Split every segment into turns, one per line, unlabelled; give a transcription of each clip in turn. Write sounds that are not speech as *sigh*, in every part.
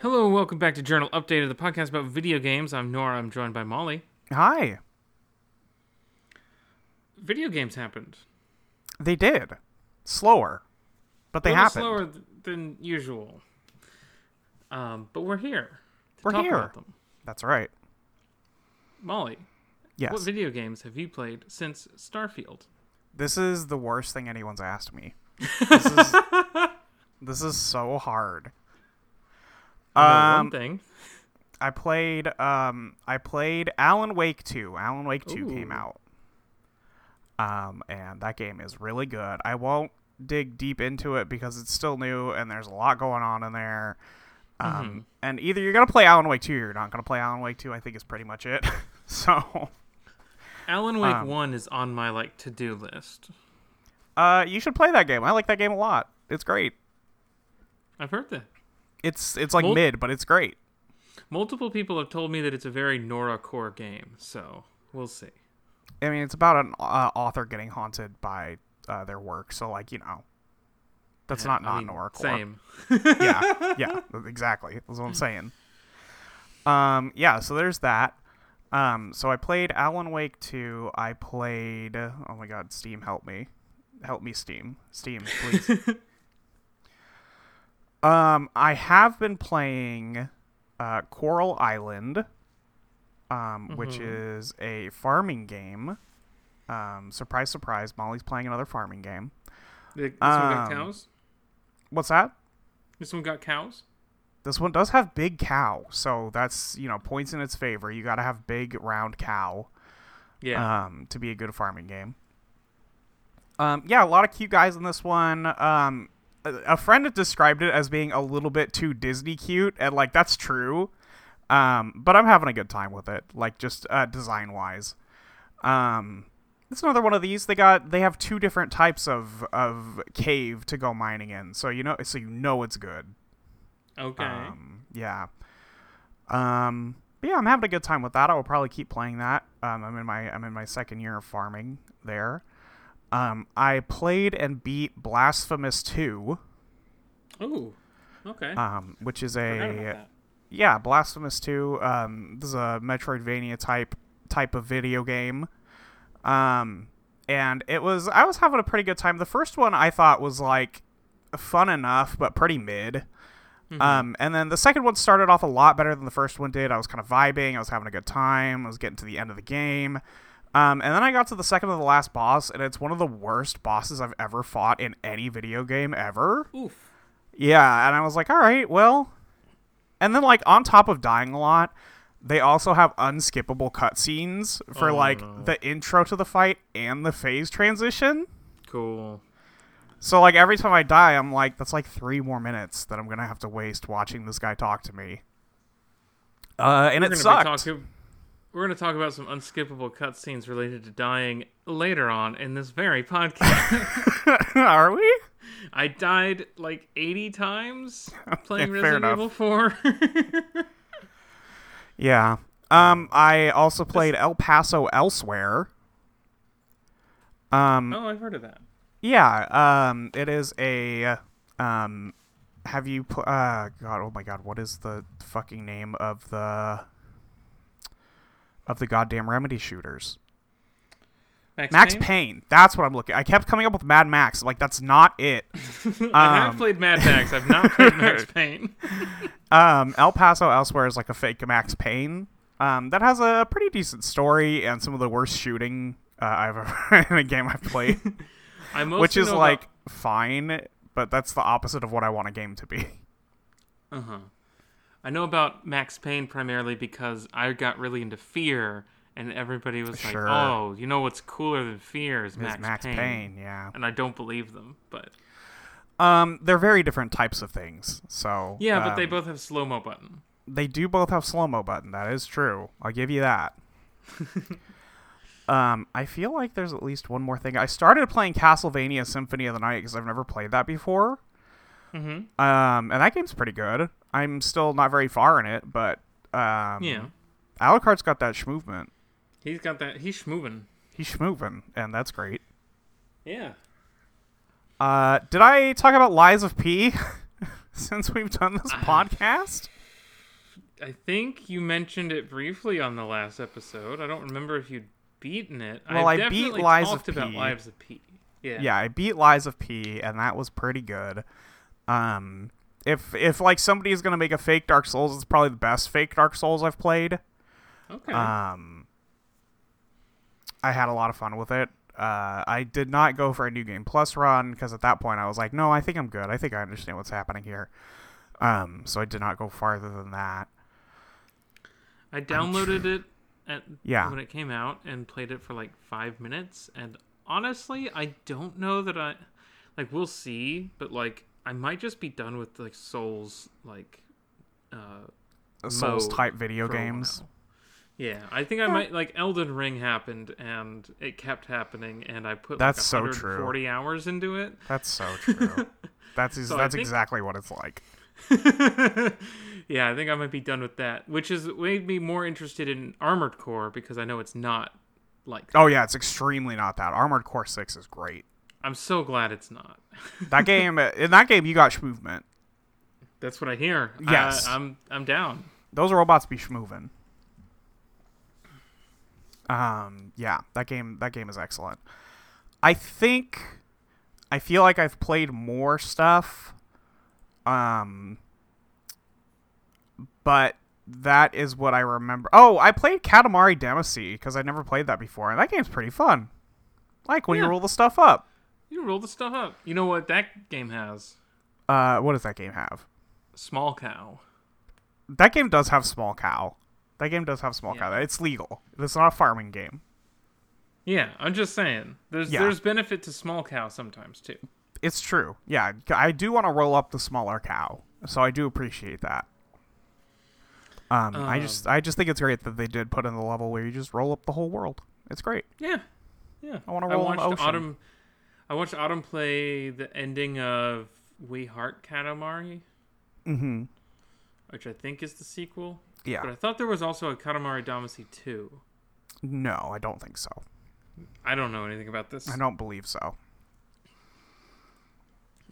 Hello and welcome back to Journal Update of the podcast about video games. I'm Nora. I'm joined by Molly.
Hi.
Video games happened.
They did. Slower. But they
A little
happened.
slower th- than usual. Um, but we're here. to
We're
talk
here.
About them.
That's right.
Molly,
Yes.
what video games have you played since Starfield?
this is the worst thing anyone's asked
*laughs*
me. This is, this is so hard.
I know
Um,
one thing.
I played um I played Alan Wake 2. Alan Wake 2 came
Ooh.
out. Um and that game is really good. I won't dig deep into it because it's still new and there's a lot going on in there. Um
Mm-hmm.
and either you're going to play Alan Wake 2 or you're not going to play Alan Wake 2, I think is pretty much it. *laughs* so,
Alan Wake
um,
1 is on my like to-do list.
uh you should play that game. I like that game a lot. It's great.
I've heard that.
It's it's like
Mul-
mid, but it's great.
Multiple people have told me that it's a very Nora core game, so we'll see.
I mean, it's about an uh, author getting haunted by uh, their work. So, like, you know, that's not
I
not
mean,
an oracle.
Same.
yeah, yeah, exactly. That's what I'm saying. Um, yeah. So there's that. Um, so I played Alan Wake 2. I played. Oh my God, Steam, help me, help me, Steam, Steam, please. um, I have been playing uh, Coral Island, um, which is a farming game. Um, surprise, surprise, Molly's playing another farming game.
This one got
Um,
cows?
What's that?
This one got cows?
This one does have big cow, so that's you know points in its favor. You got to have big round cow
Yeah.
um, to be a good farming game. Um, yeah, a lot of cute guys in this one. Um, a, a friend had described it as being a little bit too Disney cute, and like that's true. Um, but I'm having a good time with it, like just uh, design wise. Um, it's another one of these. They got they have two different types of of cave to go mining in, so you know so you know it's good.
okay.
Um, yeah. Um, but yeah, I'm having a good time with that. I will probably keep playing that. Um, I'm in my I'm in my second year of farming there. Um, I played and beat
*laughs*
Blasphemous 2,
Ooh. Okay.
um, which is
Forgot about
a
that.
yeah Blasphemous 2. Um, this is a Metroidvania type type of video game. Um, and it was I was having a pretty good time. The first one I thought was like fun enough, but pretty mid. Um, and then the second one started off a lot better than the first one did. I was kind of vibing. I was having a good time. I was getting to the end of the game. Um, and then I got to the second of the last boss, and it's one of the worst bosses I've ever fought in any video game ever.
Oof.
Yeah, and I was like, all right, well. And then, like, on top of dying a lot, they also have unskippable cutscenes for,
Oh,
like,
no.
the intro to the fight and the phase transition.
Cool.
So like every time I die, I'm like, that's like three more minutes that I'm gonna have to waste watching this guy talk to me. Uh, and
We're
it
gonna be
sucked.
talking- we're going to talk about some unskippable cutscenes related to dying later on in this very podcast.
*laughs* Are we?
I died like 80
*laughs*
times playing
fair
Resident
enough.
Evil 4.
Yeah. Um, I also played El Paso Elsewhere.
*laughs*
Um,
oh, I've heard of that.
yeah. Um, it is a um, have you? Pl- uh, God, oh my God, what is the fucking name of the of the goddamn remedy shooters?
Max,
Max
Payne?
Payne. That's what I'm looking. I kept coming up with Mad Max. Like that's not it.
I have
um,
played Mad Max. I've
*laughs*
not played Max Payne.
Um, El Paso Elsewhere is like a fake Max Payne. Um, that has a pretty decent story and some of the worst shooting uh, I've *laughs* ever in a game I've played,
I mostly
which is
know about-
like fine, but that's the opposite of what I want a game to be.
Uh huh. I know about Max Payne primarily because I got really into Fear and everybody was like,
Sure.
"Oh, you know what's cooler than fear is
Max,
Max,
Max Payne.
Payne.
yeah.
And I don't believe them, but
Um, they're very different types of things. So
yeah, but they
um,
both have slow mo button.
they do both have slow mo button. That is true. I'll give
*laughs*
you that. um, I feel like there's at least one more thing. I started playing Castlevania Symphony of the Night because I've never played that before.
Mm-hmm.
Um, and that game's pretty good. I'm still not very far in it, but um,
Yeah,
Alucard's got that schmovement.
he's got that. He's schmoving.
He's schmoving, and that's great.
Yeah.
Uh, did I talk about Lies of P *laughs* since we've done
*laughs*
this podcast?
I think you mentioned it briefly on the last episode. I don't remember if you'd beaten it.
Well, I beat
definitely
Lies of
talked about
P.
Lives of P. Yeah.
yeah, I beat Lies of P, and that was pretty good. Um, if if like somebody is gonna make a fake Dark Souls, it's probably the best fake Dark Souls I've played.
Okay.
Um, I had a lot of fun with it. Uh, I did not go for a new game plus run because at that point I was like, no, I think I'm good. I think I understand what's happening here. Um, so I did not go farther than that.
I downloaded it at
Yeah.
when it came out and played it for like five minutes. And honestly, I don't know that I like. We'll see, but like I might just be done with like Souls like uh,
Souls
mode
type video
for a
games.
while. Yeah, I think I might like Elden Ring happened and it kept happening, and I put
That's so
like
true.
140 hours into it. *laughs*
That's so true. that's
So I
that's
think-
exactly what it's like.
yeah, I think I might be done with that, which is made me more interested in Armored Core because I know it's not like.
Oh yeah, it's extremely not that. Armored Core Six is great.
I'm so glad it's not.
That game *laughs* in that game you got schmovement.
That's what I hear.
Yes.
I, I'm I'm down.
Those robots be schmoving. Um yeah, that game that game is excellent. I think I feel like I've played more stuff. Um but that is what I remember. Oh, I played Katamari Damacy because I never played that before, and that game's pretty fun. Like when you
Yeah.
roll the stuff up.
You roll the stuff up. You know what that game has?
Uh, what does that game have?
Small cow.
That game does have small cow. That game does have small
Yeah.
cow. It's legal. It's not a farming game.
Yeah, I'm just saying. There's
Yeah.
there's benefit to small cow sometimes too.
It's true. Yeah, I do want to roll up the smaller cow, so I do appreciate that. Um, I just, I just think it's great that they did put in the level where you just roll up the whole world. It's great.
Yeah, yeah.
I wanna roll in
watched
the ocean.
Autumn. I watched Autumn play the ending of We Heart Katamari,
Mm-hmm.
which I think is the sequel. But
Yeah.
I thought there was also a Katamari Damacy two.
No, I don't think so.
I don't know anything about this.
I don't believe so.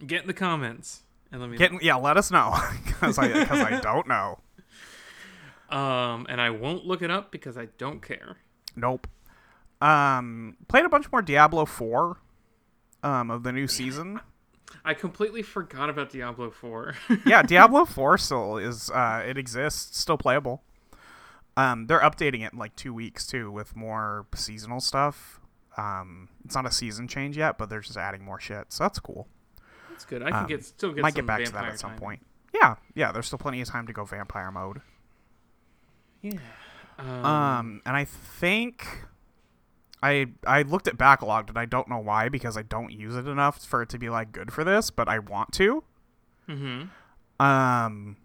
Get in the comments and let me
Get, yeah, let us know *laughs* because I, because I don't know.
um and I won't look it up because I don't care.
Nope. Um, played a bunch more Diablo Four, um, of the new season.
I completely forgot about Diablo 4. *laughs*
yeah, Diablo Four still is uh, it exists, still playable. Um, they're updating it in like two weeks too with more seasonal stuff. Um, it's not a season change yet, but they're just adding more shit, so that's cool.
That's good. I can
Um,
get still get
Might
some
get back to
vampire
that at some
time.
point. Yeah, yeah. There's still plenty of time to go vampire mode.
Yeah. Um,
Um, and I think I I looked at backlogged, and I don't know why because I don't use it enough for it to be like good for this, but I want to.
mhm.
Um,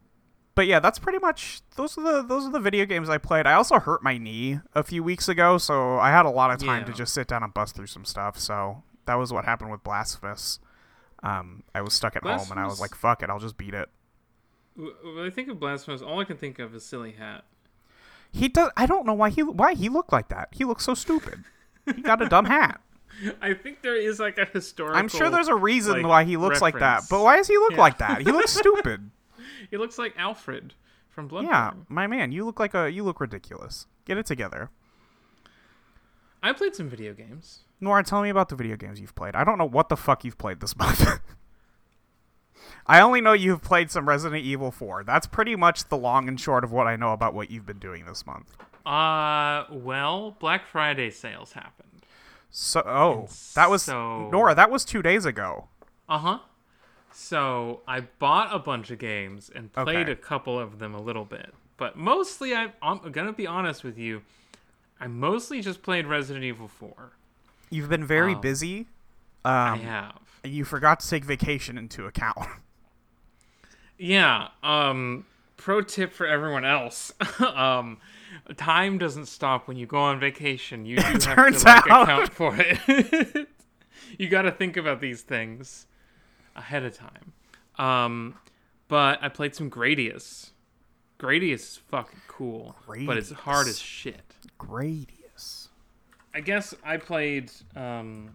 but yeah, that's pretty much those are the those are the video games I played. I also hurt my knee a few weeks ago, so I had a lot of time to
Yeah.
just sit down and bust through some stuff. So that was what happened with Blasphemous. Um, I was stuck at home and I
Blasphemous-
was like, "Fuck it, I'll just beat it."
W- When I think of Blasphemous, all I can think of is Silly Hat. *laughs*
He does. I don't know why he why he looked like that. He looks so stupid. he got a dumb hat.
*laughs* I think there is like a historical.
I'm sure there's a reason
like,
why he looks like that,
reference.
but why does he look
Yeah.
like that? He looks stupid.
*laughs* He looks like Alfred from Bloodborne.
yeah, my man, you look like a you look ridiculous. Get it together.
I played some video games.
Nora, tell me about the video games you've played. I don't know what the fuck you've played this *laughs* month. I only know you've played some Resident Evil 4. That's pretty much the long and short of what I know about what you've been doing this month.
Uh, well, Black Friday sales happened.
So, oh, that was
so-
Nora. That was two days ago.
Uh huh. So I bought a bunch of games and played
Okay.
a couple of them a little bit, but mostly I, I'm gonna be honest with you. I mostly just played Resident Evil 4.
You've been very
Um,
busy.
I
Um,
have.
you forgot to take vacation into account. *laughs*
Yeah. Um pro tip for everyone else. *laughs* um time doesn't stop when you go on vacation.
*laughs*
You do have
Turns
to like,
out.
account for it. *laughs* you got to think about these things ahead of time. Um but I played some Gradius. Gradius is fucking cool, but it's hard
Gradius.
as shit.
Gradius.
I guess I played um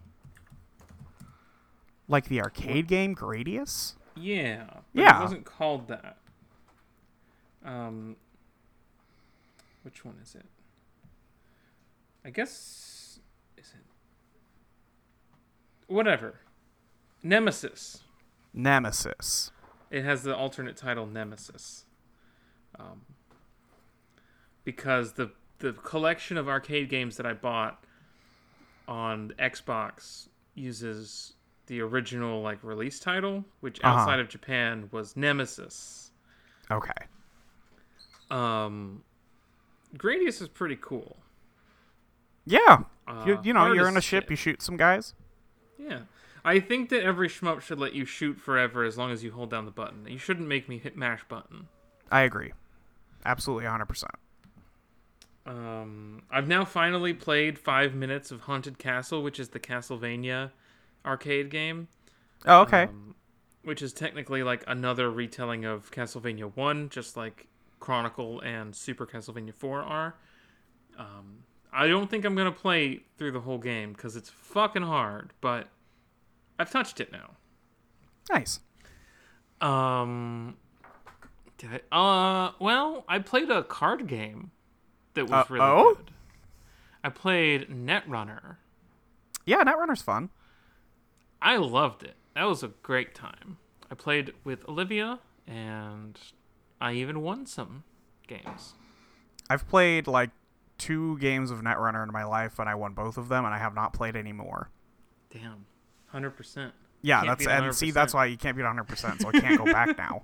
Like the arcade game Gradius?
Yeah. but
Yeah.
It wasn't called that. Um, which one is it? I guess is it whatever. Nemesis.
Nemesis.
It has the alternate title Nemesis. Um, because the the collection of arcade games that I bought on Xbox uses the original like release title, which
Uh-huh.
outside of Japan was Nemesis.
Okay.
Um, Gradius is pretty cool.
Yeah. you,
Uh,
you know,
hard
you're
as
in a ship,
shit.
you shoot some guys.
Yeah. I think that every shmup should let you shoot forever as long as you hold down the button. You shouldn't make me hit mash button.
I agree. Absolutely 100%.
Um, I've now finally played five minutes of Haunted Castle, which is the Castlevania arcade game,
Oh, okay.
um, which is technically like another retelling of Castlevania One, just like Chronicle and Super Castlevania Four are. Um, I don't think I'm gonna play through the whole game because it's fucking hard, but I've touched it now.
nice.
Um, did I, uh, well, I played a card game that was really
Uh-oh?
good. I played Netrunner.
Yeah, Netrunner's fun.
I loved it. That was a great time. I played with Olivia, and I even won some games.
I've played like two games of Netrunner in my life, and I won both of them, and I have not played any more.
Damn, hundred percent.
Yeah,
Can't
that's
beat
and see, that's
100%.
why you can't be 100, percent so I can't go back
*laughs*
now.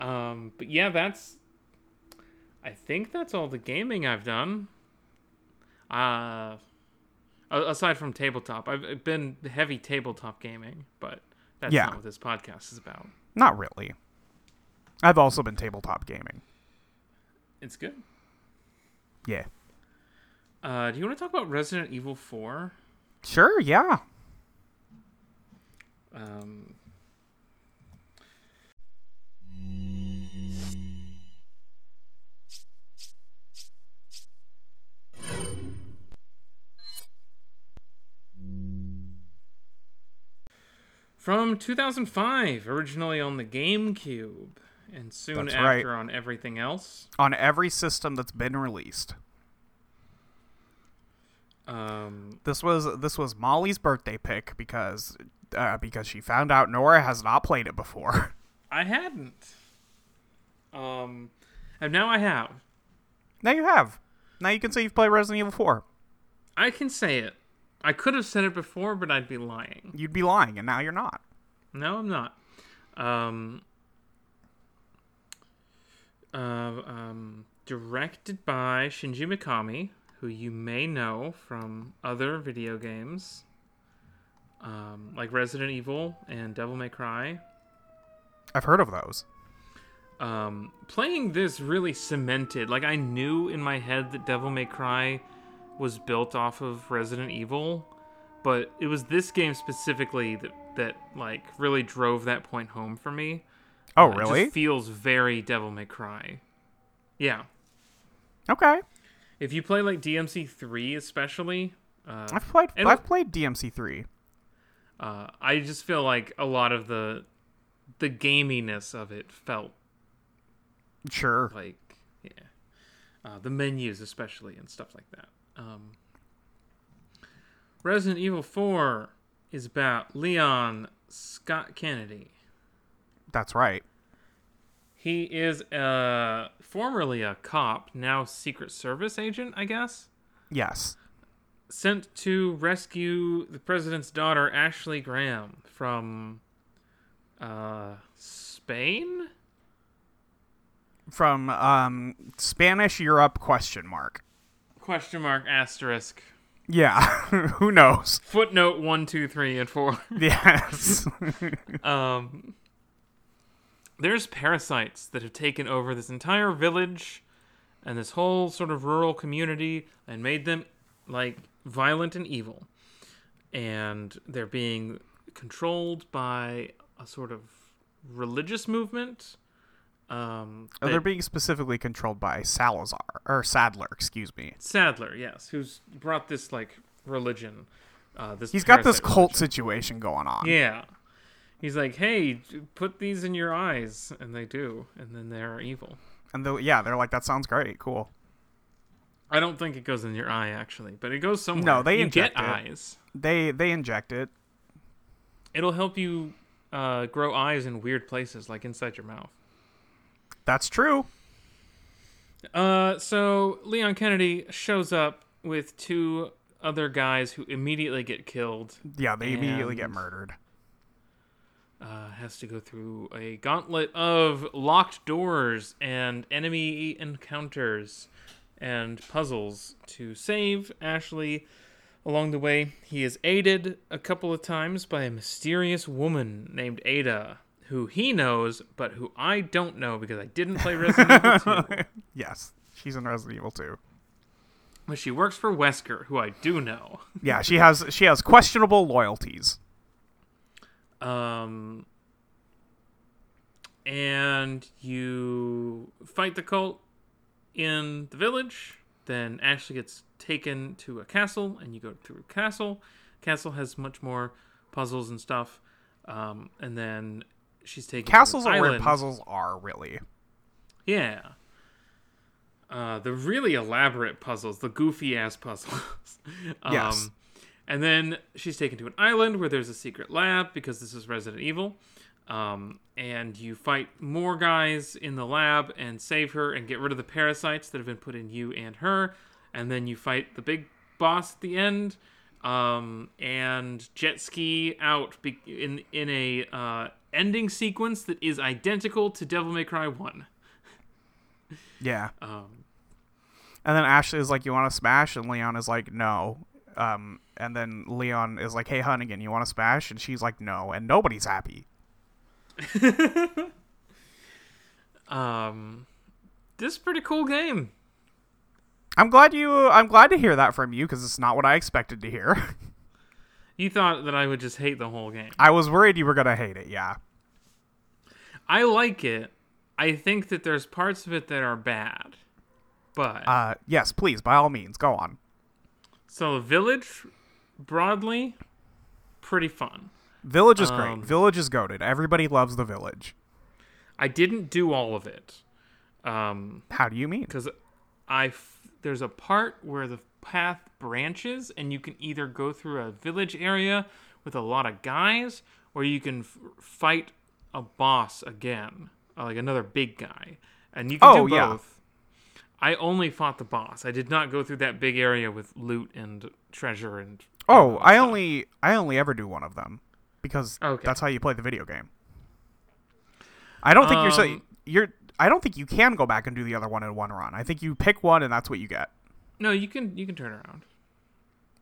Um, but yeah, that's. I think that's all the gaming I've done. Uh, a- aside from tabletop, I've been heavy tabletop gaming, but that's
Yeah.
not what this podcast is about.
Not really. I've also been tabletop gaming.
It's good.
Yeah.
Uh, do you want to talk about Resident Evil Four?
Sure. Yeah.
Um, from 2005, originally on the GameCube, and soon
That's right.
after on everything else.
On every system that's been released.
Um,
This was this was Molly's birthday pick because uh, because she found out Nora has not played it before. *laughs*
I hadn't. Um, and now I have.
now you have. Now you can say you've played Resident Evil 4.
I can say it. I could have said it before, but I'd be lying.
You'd be lying, and now you're not.
No, I'm not. Um, uh, um, directed by Shinji Mikami, who you may know from other video games, um, like Resident Evil and Devil May Cry.
I've heard of those.
Um, playing this really cemented. Like I knew in my head that Devil May Cry was built off of Resident Evil, but it was this game specifically that that like really drove that point home for me.
Oh,
It just
really?
feels very Devil May Cry. Yeah.
Okay.
If you play like DMC three, especially, uh,
I've played
And-
I've played DMC three.
uh, I just feel like a lot of the the gaminess of it felt
Sure.
like yeah, uh, the menus especially and stuff like that. Um, Resident Evil four is about Leon Scott Kennedy.
That's right.
He is uh, formerly a cop, now Secret Service agent, I guess.
Yes.
sent to rescue the president's daughter Ashley Graham from uh Spain?
From um Spanish Europe question mark.
Question mark asterisk.
Yeah, *laughs* who knows? *laughs*
Footnote one, two, three, and four. *laughs*
Yes.
Um, there's parasites that have taken over this entire village and this whole sort of rural community and made them like violent and evil. And they're being controlled by a sort of religious movement. Um,
Oh,
that-
They're being specifically controlled by Salazar or Sadler, excuse me.
Sadler, yes, who's brought this like religion. Uh, this
He's got this
parasite
cult situation going on.
Yeah. He's like, hey, put these in your eyes. And they do. And then they're evil.
And they yeah, they're like, that sounds great, cool.
I don't think it goes in your eye, actually, but it goes somewhere.
No, they
you
inject
get
it.
eyes.
They they inject it.
It'll help you uh, grow eyes in weird places, like inside your mouth.
That's true.
Uh, so Leon Kennedy shows up with two other guys who immediately get killed.
Yeah, they immediately get
And-
murdered.
Uh, has to go through a gauntlet of locked doors and enemy encounters and puzzles to save Ashley. Along the way, he is aided a couple of times by a mysterious woman named Ada, who he knows, but who I don't know because I didn't play Resident Evil 2.
Yes. She's in Resident Evil 2.
But she works for Wesker, who I do know.
Yeah, she has she has questionable loyalties.
Um, and you fight the cult in the village. Then Ashley gets taken to a castle, and you go through a castle. Castle has much more puzzles and stuff. Um, and then she's taken
Castles
to
are
an
where
island.
puzzles are, really.
Yeah. Uh, the really elaborate puzzles, the goofy ass puzzles. *laughs* um,
Yes.
And then she's taken to an island where there's a secret lab because this is Resident Evil. Um, and you fight more guys in the lab and save her and get rid of the parasites that have been put in you and her. And then you fight the big boss at the end. Um, and jet ski out be- in in a uh, ending sequence that is identical to Devil May Cry One.
Yeah.
Um,
And then Ashley is like, "You want to smash?" And Leon is like, "No." Um, and then Leon is like, "Hey, Hunnigan, you want to smash?" And she's like, "No." And nobody's happy.
um, this is a pretty cool game.
I'm glad you. I'm glad to hear that from you because it's not what I expected to hear. *laughs*
You thought that I would just hate the whole game.
I was worried you were gonna hate it. Yeah.
I like it. I think that there's parts of it that are bad, but
Uh, yes, please, by all means, go on.
so the village, broadly, pretty fun.
Village is great.
Um,
Village is goaded. Everybody loves the village.
I didn't do all of it, um,
How do you mean?
because I f- there's a part where the path branches and you can either go through a village area with a lot of guys or you can f- fight a boss again uh, like another big guy and you can
Oh,
do both
yeah.
i only fought the boss i did not go through that big area with loot and treasure and
Oh, I only, I only ever do one of them because
Okay.
that's how you play the video game. I don't think you're so
Um,
you're. I don't think you can go back and do the other one in one run. I think you pick one and that's what you get.
no you can you can turn around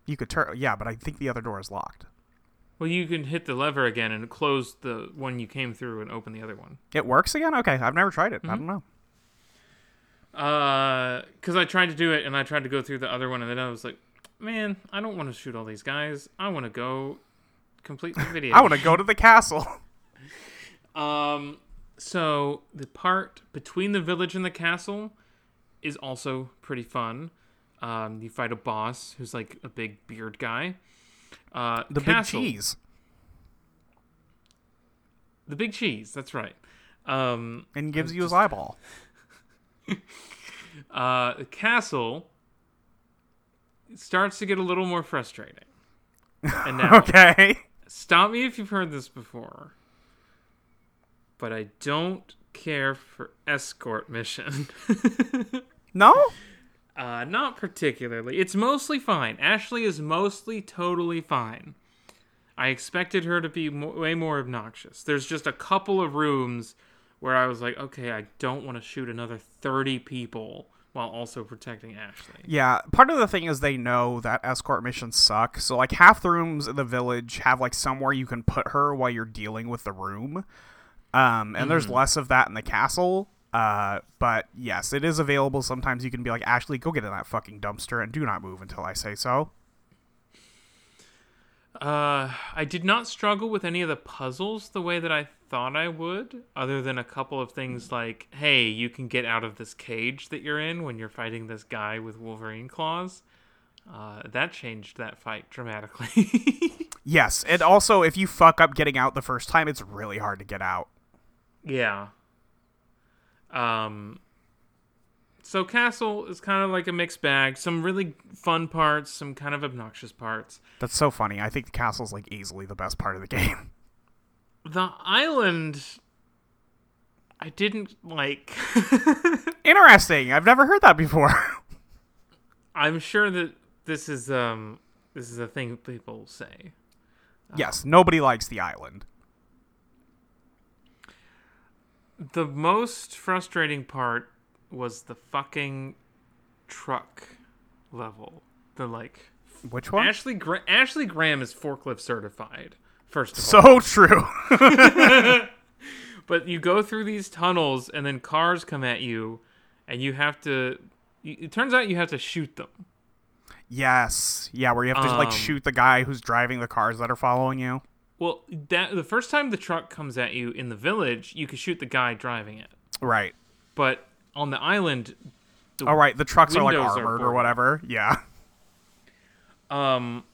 You could turn, yeah, but I think the other door is locked.
well you can hit the lever again and close the one you came through and open the other one
It works again. Okay, I've never tried it. I don't know.
because Uh, I tried to do it and I tried to go through the other one and then I was like, man, I don't want to shoot all these guys. I want to go complete
*laughs*
the video.
I want to go to the castle.
Um, so the part between the village and the castle is also pretty fun. Um, you fight a boss who's like a big beard guy. Uh,
*laughs* The
castle,
big cheese,
The big cheese. That's right. Um,
and gives you his eyeball.
uh, the castle starts to get a little more
*laughs*
frustrating. And now,
*laughs* Okay.
Stop me if you've heard this before. But I don't care for escort mission. *laughs*
No.
uh, not particularly. It's mostly fine. Ashley is mostly totally fine. I expected her to be mo- way more obnoxious. There's just a couple of rooms where I was like, okay, I don't want to shoot another 30 people while also protecting Ashley.
Yeah, part of the thing is they know that escort missions suck. So like half the rooms in the village have like somewhere you can put her while you're dealing with the room. Um, and there's less of that in the castle. Uh, but yes, it is available. Sometimes you can be like, Ashley, go get in that fucking dumpster and do not move until I say so.
Uh, I did not struggle with any of the puzzles the way that I thought I would, other than a couple of things like, hey, you can get out of this cage that you're in when you're fighting this guy with Wolverine claws. Uh, that changed that fight dramatically. *laughs*
Yes, and also if you fuck up getting out the first time, it's really hard to get out.
yeah. Um. So Castle is kind of like a mixed bag. Some really fun parts, some kind of obnoxious parts.
That's so funny. I think the castle's like easily the best part of the *laughs* game.
The island, I didn't like. *laughs*
Interesting. I've never heard that before. *laughs*
I'm sure that this is um this is a thing people say.
yes, nobody likes the island.
The most frustrating part was the fucking truck level. The like
Which one?
Ashley Gra- Ashley Graham is forklift certified. First of all,
so true.
but you go through these tunnels and then cars come at you, and you have to. y- It turns out you have to shoot them.
yes. Yeah, where you have to like
Um,
shoot the guy who's driving the cars that are following you.
Well, that the first time the truck comes at you in the village, you can shoot the guy driving it.
Right.
But on the island,
All right, the trucks are like
Windows are
armored or
forward.
whatever. Yeah.
Um,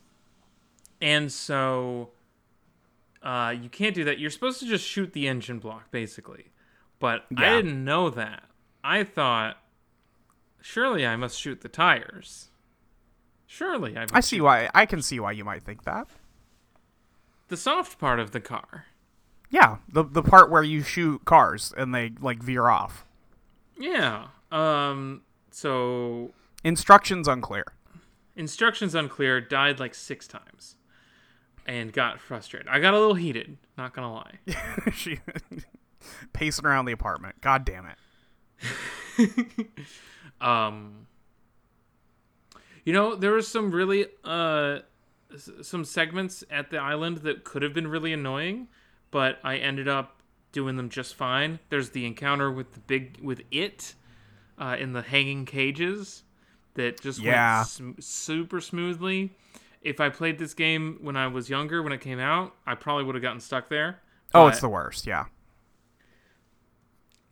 and so uh, you can't do that. You're supposed to just shoot the engine block, basically. But I
Yeah.
didn't know that. I thought, surely I must shoot the tires. Surely I must.
I see why I can see why you might think that.
the soft part of the car.
Yeah, the the part where you shoot cars and they like veer off.
Yeah. Um. So
Instructions unclear. *laughs*
instructions unclear. Died like six times, and got frustrated. I got a little heated. Not gonna lie.
she *laughs* pacing around the apartment. God damn it.
Um, you know, there was some really uh, s- some segments at the island that could have been really annoying, but I ended up doing them just fine. There's the encounter with the big with it uh, in the hanging cages that just
Yeah.
went sm- super smoothly. If I played this game when I was younger, when it came out, I probably would have gotten stuck there.
Oh, it's
But-
the worst. Yeah.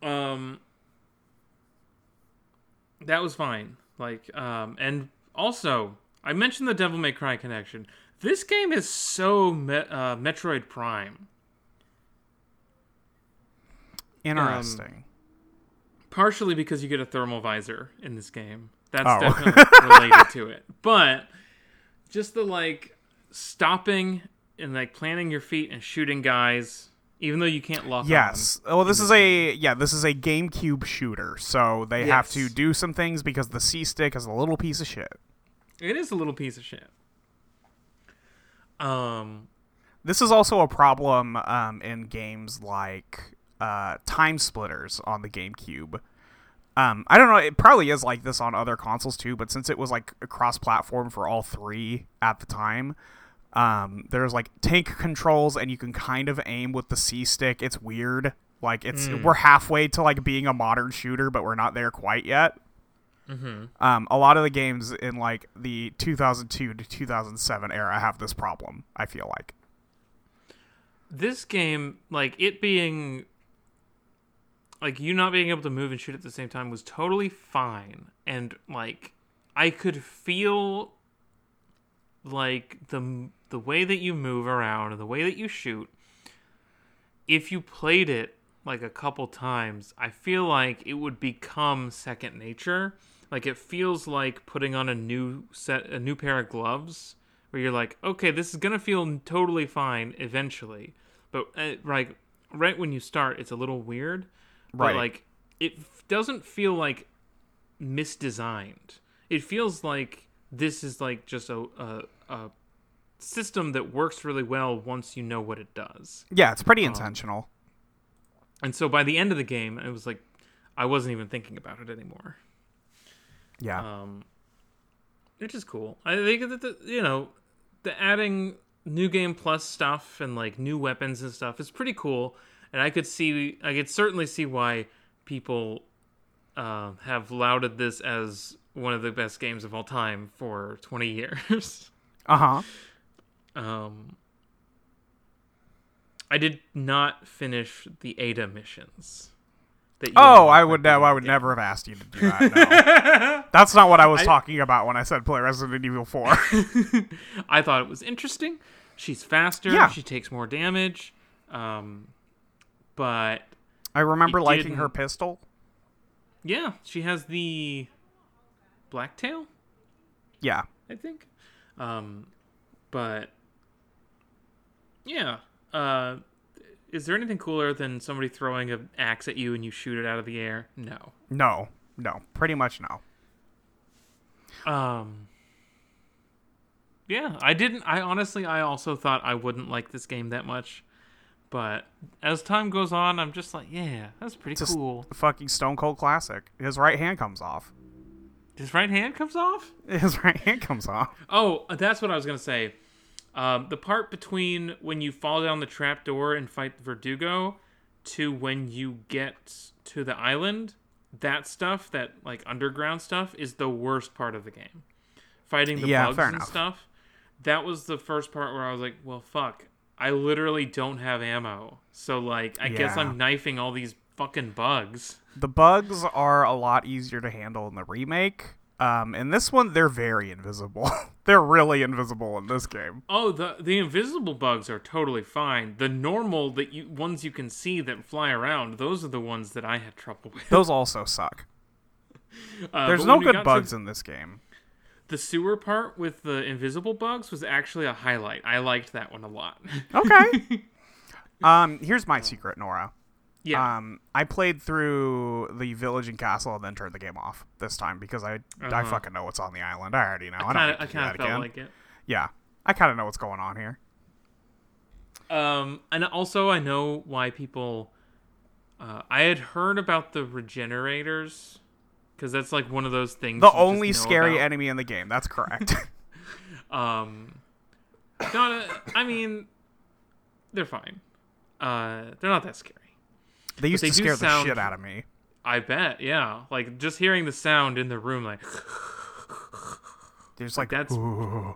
um that was fine like um and also i mentioned the devil may cry connection this game is so me- uh, metroid prime
Interesting.
um, partially because you get a thermal visor in this game that's
Oh. *laughs*
definitely related to it but just the like stopping and like planting your feet and shooting guys even though you can't lock on.
Yes. Well, this is a yeah, this is a GameCube shooter, so they have to
Yes.
do some things because the C stick is a little piece of shit.
it is a little piece of shit um
This is also a problem um, in games like uh, Time Splitters on the GameCube. Um, I don't know. It probably is like this on other consoles too, but since it was like cross-platform for all three at the time, um, there's like tank controls, and you can kind of aim with the C stick. It's weird. Like it's we're halfway to like being a modern shooter, but we're not there quite yet. Um, a lot of the games in like the 2002 to 2007 era have this problem. I feel like.
this game, like it being like you not being able to move and shoot at the same time was totally fine. And like I could feel like the the way that you move around and the way that you shoot if you played it like a couple times, I feel like it would become second nature. Like it feels like putting on a new set, a new pair of gloves, where you're like, okay, this is gonna feel totally fine eventually, but uh, like right when you start, it's a little weird.
Right.
But like it f- doesn't feel like misdesigned. It feels like this is like just a a, a system that works really well once you know what it does.
Yeah, it's
Oh.
pretty intentional.
And so by the end of the game, it was like I wasn't even thinking about it anymore.
Yeah.
um, which is cool. I think that the, you know the adding new game plus stuff and like new weapons and stuff is pretty cool, and I could see I could certainly see why people uh, have lauded this as one of the best games of all time for 20 years. *laughs*
Uh huh.
um, I did not finish the Ada missions. That you unlock
Oh, I
by
would know. I
beating
would
the
never have asked you to do
*laughs*
that. No. That's not what I was talking about when I said play Resident Evil Four.
I thought it was interesting. She's faster.
Yeah.
She takes more damage. Um, but
I remember
You
liking her
didn't.
pistol.
yeah, she has the blacktail,
Yeah.
I think. Um, but yeah. Uh, is there anything cooler than somebody throwing an axe at you and you shoot it out of the air? No.
No. No. Pretty much no.
Um. Yeah, I didn't. I honestly, I also thought I wouldn't like this game that much, but as time goes on, I'm just like, yeah, that's pretty
Just-
cool.
Fucking Stone Cold Classic. His right hand comes off. *laughs*
His right hand comes off.
His right hand comes off.
Oh, that's what I was gonna say. Um, the part between when you fall down the trap door and fight Verdugo to when you get to the island, that stuff, that like underground stuff, is the worst part of the game. Fighting the
Yeah,
bugs
fair
and
enough.
stuff. That was the first part where I was like, "Well, fuck! I literally don't have ammo, so like, I guess
Yeah.
I'm knifing all these fucking bugs."
The bugs are a lot easier to handle in the remake. Um, in this one, they're very invisible. *laughs* they're really invisible in this game.
Oh, the the invisible bugs are totally fine. The normal that you ones you can see that fly around, those are the ones that I had trouble with.
Those also suck.
Uh,
There's
but
no
when we got
good
to
bugs in this game.
the sewer part with the invisible bugs was actually a highlight. I liked that one a lot. *laughs*
Okay. *laughs* um, here's my secret, Nora.
yeah.
Um, I played through the village and castle and then turned the game off this time because I I
Uh-huh.
fucking know what's on the island. I already know. Ah, I,
Kinda- I
don't need to do
kind
that
of felt
again.
like it.
Yeah, I kind of know what's going on here.
Um, and also, I know why people. Uh, I had heard about the regenerators, because that's like one of those things.
The
you just
only
know
scary
about.
enemy in the game.
*laughs*
That's correct.
Um, not. A, I mean, they're fine. Uh, they're not that scary.
they used
they
to
do
scare the
sound-
shit out of me.
I bet. Yeah. Like just hearing the sound in the room, like *sighs*
They're just like,
That's-
"Ooh."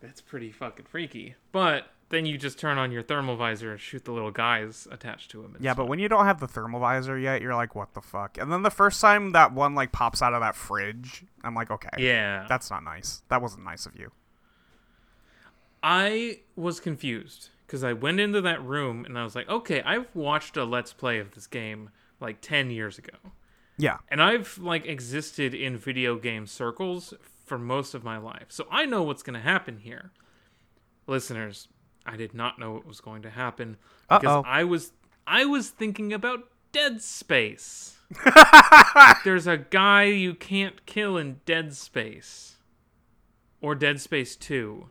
that's pretty fucking freaky. But then you just turn on your thermal visor and shoot the little guys attached to him. and
Yeah,
stuff.
but when you don't have the thermal visor yet, you're like, what the fuck? And then the first time that one like pops out of that fridge, I'm like, okay,
yeah,
that's not nice. That wasn't nice of you.
I was confused because I went into that room and I was like, okay, I've watched a let's play of this game like ten years ago,
Yeah,
and I've like existed in video game circles for most of my life, so I know what's gonna happen here. Listeners, I did not know what was going to happen because
Uh-oh.
I was I was thinking about Dead
*laughs*
Space. There's a guy you can't kill in Dead Space or Dead Space 2.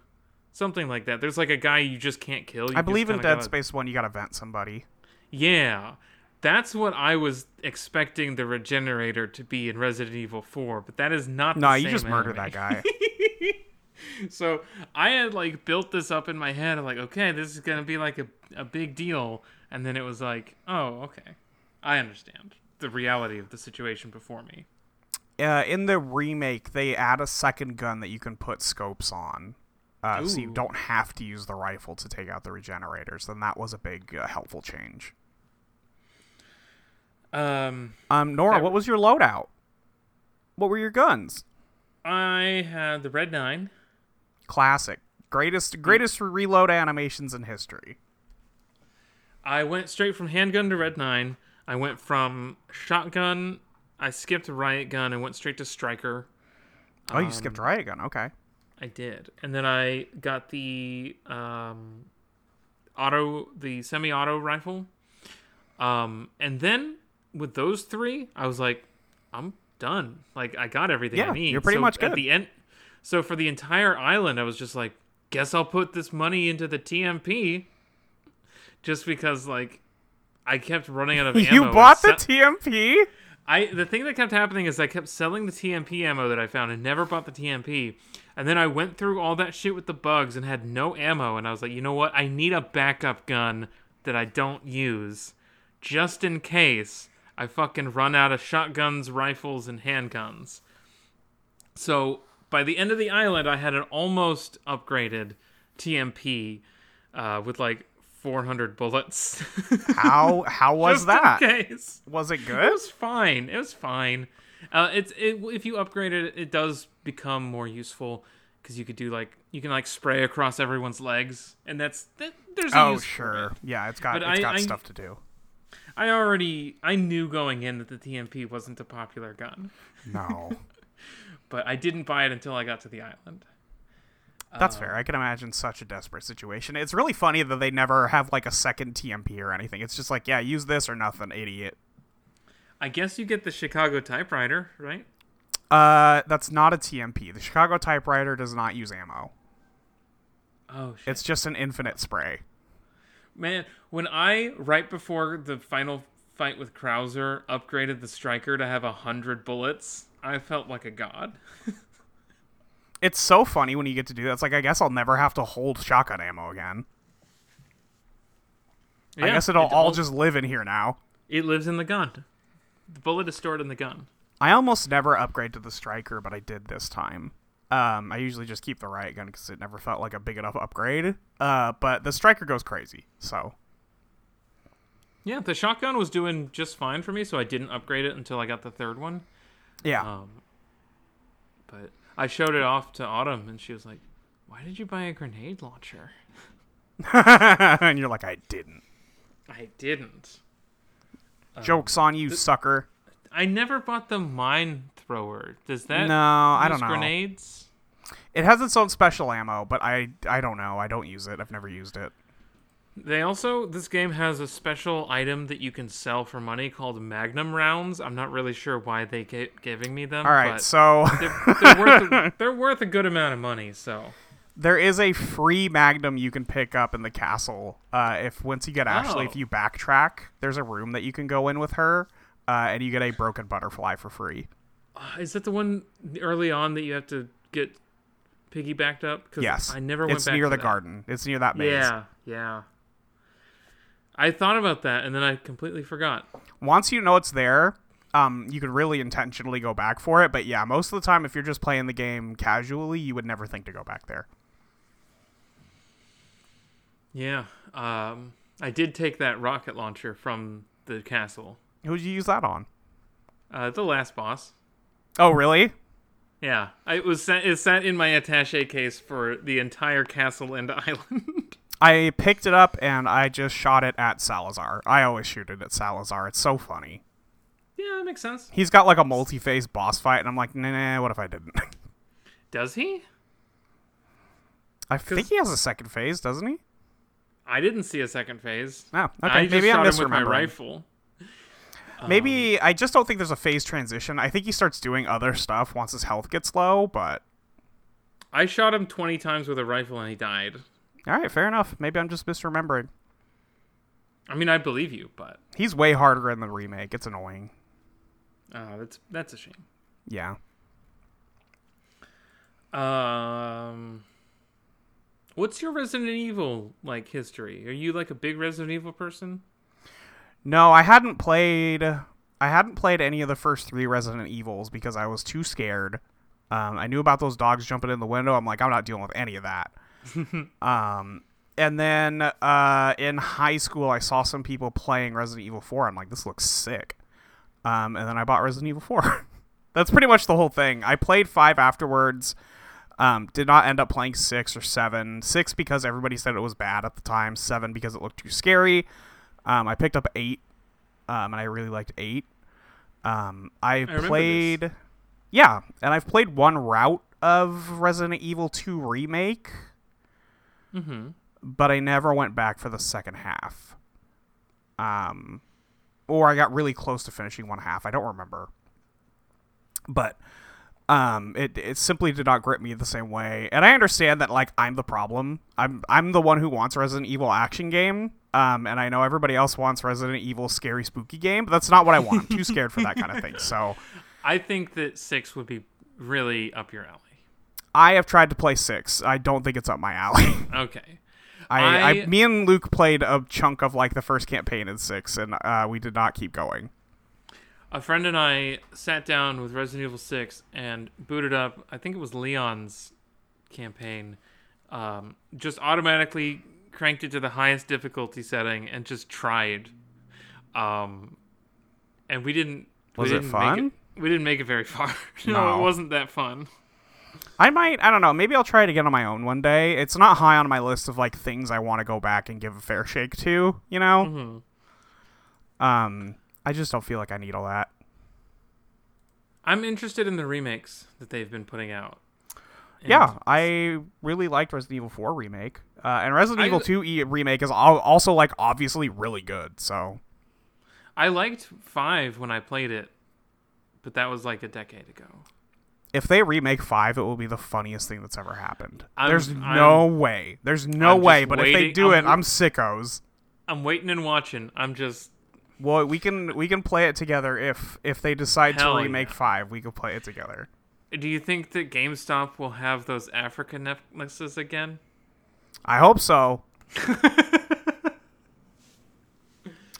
Something like that. There's like a guy you just can't kill. You
I believe
just
in
kinda
Dead
gotta-
Space One, you gotta vent somebody.
Yeah. That's what I was expecting the regenerator to be in Resident Evil 4, but that is not
No,
the
you
same
just murdered
enemy.
that guy.
*laughs* So I had like built this up in my head. I'm like, okay, this is gonna be like a, a big deal, and then it was like, oh, okay, I understand the reality of the situation before me.
uh, in the remake, they add a second gun that you can put scopes on, uh, so you
Ooh.
don't have to use the rifle to take out the regenerators. And that was a big uh, helpful change.
Um,
Um, Nora,
That-
what was your loadout? What were your guns?
I had the red nine.
Classic, greatest,
Mm.
greatest reload animations in history.
I went straight from handgun to red nine. I went from shotgun. I skipped riot gun and went straight to striker.
Oh, you skipped
Um,
riot gun. Okay.
I did, and then I got the um, auto, the semi-auto rifle, um, and then with those three, I was like, I'm done. Like I got everything
Yeah,
I need.
you're pretty
so
much
At
good.
the end, so for the entire island, I was just like, guess I'll put this money into the TMP,
*laughs*
just because like I kept running out of ammo.
You bought the
So-
TMP?
I the thing that kept happening is I kept selling the TMP ammo that I found and never bought the TMP. And then I went through all that shit with the bugs and had no ammo and I was like, "You know what? I need a backup gun that I don't use just in case I fucking run out of shotguns, rifles and handguns." So, by the end of the island, I had an almost upgraded TMP uh, with like 400 bullets. *laughs*
How how was
Just
that?
In case.
Was it
It
good?
was fine. It was fine. Uh, it's it, if you upgrade it, it does become more useful because you could do like you can like spray across everyone's legs, and that's that, there's a
Oh
use for it.
sure, yeah. It's got
But
it's
I-
got
I-
stuff to do.
I already I knew going in that the TMP wasn't a popular gun,
No,
but I didn't buy it until I got to the island.
*laughs* that's fair. I can imagine such a desperate situation. It's really funny that they never have like a second TMP or anything. It's just like yeah, use this or nothing, idiot.
I guess you get the Chicago typewriter, right?
Uh, that's not a TMP. The Chicago typewriter does not use ammo.
Oh shit.
It's just an infinite spray.
Man, when I right before the final fight with Krauser upgraded the striker to have a hundred bullets, I felt like a god.
It's so funny when you get to do that. It's like I guess I'll never have to hold shotgun ammo again. I
Yeah,
guess it'll
it
all just live in here now.
it lives in the gun. The bullet is stored in the gun.
I almost never upgrade to the striker, but I did this time. Um, I usually just keep the riot gun because it never felt like a big enough upgrade. Uh, but the striker goes crazy, so
Yeah, the shotgun was doing just fine for me, so I didn't upgrade it until I got the third one.
yeah.
Um, but I showed it off to Autumn, and she was like, "Why did you buy a grenade launcher?"
*laughs* and you're like, I didn't.
I didn't. Um,
Jokes on you, sucker.
I never bought the mine thrower. Does that
No, I
use
don't know.
grenades?
It has its own special ammo, but I I don't know. I don't use it. I've never used it.
They also this game has a special item that you can sell for money called Magnum rounds. I'm not really sure why they keep giving me them.
All right,
but
so *laughs*
they're, they're worth a, they're worth a good amount of money. So
there is a free magnum you can pick up in the castle. Uh, if once you get Ashley,
Oh.
if you backtrack, there's a room that you can go in with her, uh, and you get a broken butterfly for free.
Uh, is that the one early on that you have to get piggybacked up? Cause
Yes,
I never went
It's
back
near
to
the
that.
garden. It's near that maze.
Yeah, yeah. I thought about that and then I completely forgot.
Once you know it's there, um, you can really intentionally go back for it. But yeah, most of the time, if you're just playing the game casually, you would never think to go back there.
Yeah, um, I did take that rocket launcher from the castle.
Who'd you use that on?
Uh, the last boss.
Oh, really?
Yeah, I- it was sat, it sat in my attaché case for the entire castle and *laughs* island.
I picked it up and I just shot it at Salazar. I always shoot it at Salazar. It's so funny.
yeah, that makes sense.
He's got like a multi-phase boss fight, and I'm like, nah, nah what if I didn't? *laughs*
Does he?
I think he has a second phase, doesn't he?
I didn't see a second phase.
No. Okay.
I just
Maybe I'm
shot him with my
misremembering.
rifle. Um,
Maybe I just don't think there's a phase transition. I think he starts doing other stuff once his health gets low, but
I shot him 20 times with a rifle and he died.
all right, fair enough. Maybe I'm just misremembering.
I mean, I believe you, but
He's way harder in the remake. It's annoying.
uh, that's that's a shame.
Yeah.
Um, what's your Resident Evil like history? Are you like a big Resident Evil person?
No, I hadn't played. I hadn't played any of the first three Resident Evils because I was too scared. Um, I knew about those dogs jumping in the window. I'm like, I'm not dealing with any of that. um, and then uh, in high school, I saw some people playing Resident Evil 4. I'm like, this looks sick. Um, and then I bought Resident Evil 4. *laughs* That's pretty much the whole thing. I played five afterwards. Um, did not end up playing six or seven. Six because everybody said it was bad at the time. Seven because it looked too scary. Um, I picked up eight, um, and I really liked eight. Um, I,
remember
played, yeah, and I've played one route of Resident Evil Two remake,
Mm-hmm.
but I never went back for the second half. Um, or I got really close to finishing one half. I don't remember, but um, it it simply did not grip me the same way. And I understand that like I'm the problem. I'm I'm the one who wants a Resident Evil action game. Um, and I know everybody else wants Resident Evil scary spooky game, but that's not what I want. I'm too scared for that kind of thing. So
I think that six would be really up your alley.
I have tried to play six. I don't think it's up my alley.
Okay.
I, I,
I-
me and Luke played a chunk of like the first campaign in six, and uh, we did not keep going.
A friend and I sat down with Resident Evil 6 and booted up, I think it was Leon's campaign, um, just automatically cranked it to the highest difficulty setting and just tried. Um, and we didn't.
Was
we
it
didn't
fun?
Make it, we didn't make it very far. *laughs* no,
No.
it wasn't that fun.
I might, I don't know, maybe I'll try it again on my own one day. It's not high on my list of like things I want to go back and give a fair shake to, you know?
Mm-hmm.
Um, I just don't feel like I need all that.
I'm interested in the remakes that they've been putting out. And
Yeah, I really liked Resident Evil 4 remake. Uh, and Resident
I-
Evil 2 e- remake is al- also like obviously really good. So
I liked 5 when I played it, but that was like a decade ago.
if they remake 5, it will be the funniest thing that's ever happened.
I'm-
There's
I'm-
no way. There's no
I'm just
way, but if they
waiting-
do
I'm-
it, I'm sickos.
I'm waiting and watching. I'm just
Well, we can we can play it together if if they decide
Hell
to
yeah.
remake 5, we can play it together.
Do you think that GameStop will have those Africa necklaces again?
I hope
*laughs*
so.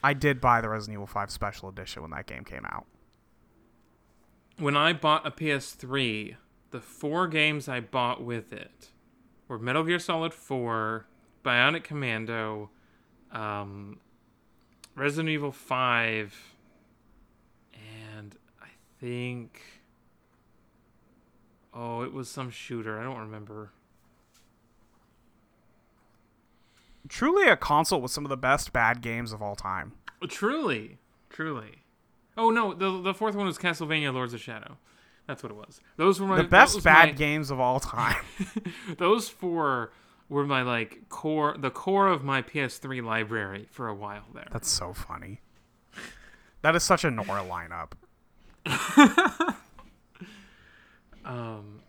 I did buy the Resident Evil 5 special edition when that game came out.
When I bought a PS3, the four games I bought with it were Metal Gear Solid 4, Bionic Commando, um, Resident Evil 5, and I think. Oh, it was some shooter. I don't remember.
Truly a console with some of the best bad games of all time.
Truly, truly. Oh no, the the fourth one was Castlevania: Lords of Shadow. That's what it was. Those were my
The
that
best
was
bad
my-
games of
*laughs*
all time.
Those four were my like core, the core of my PS3 library for a while there.
That's so funny. That is such a Nora lineup.
Um,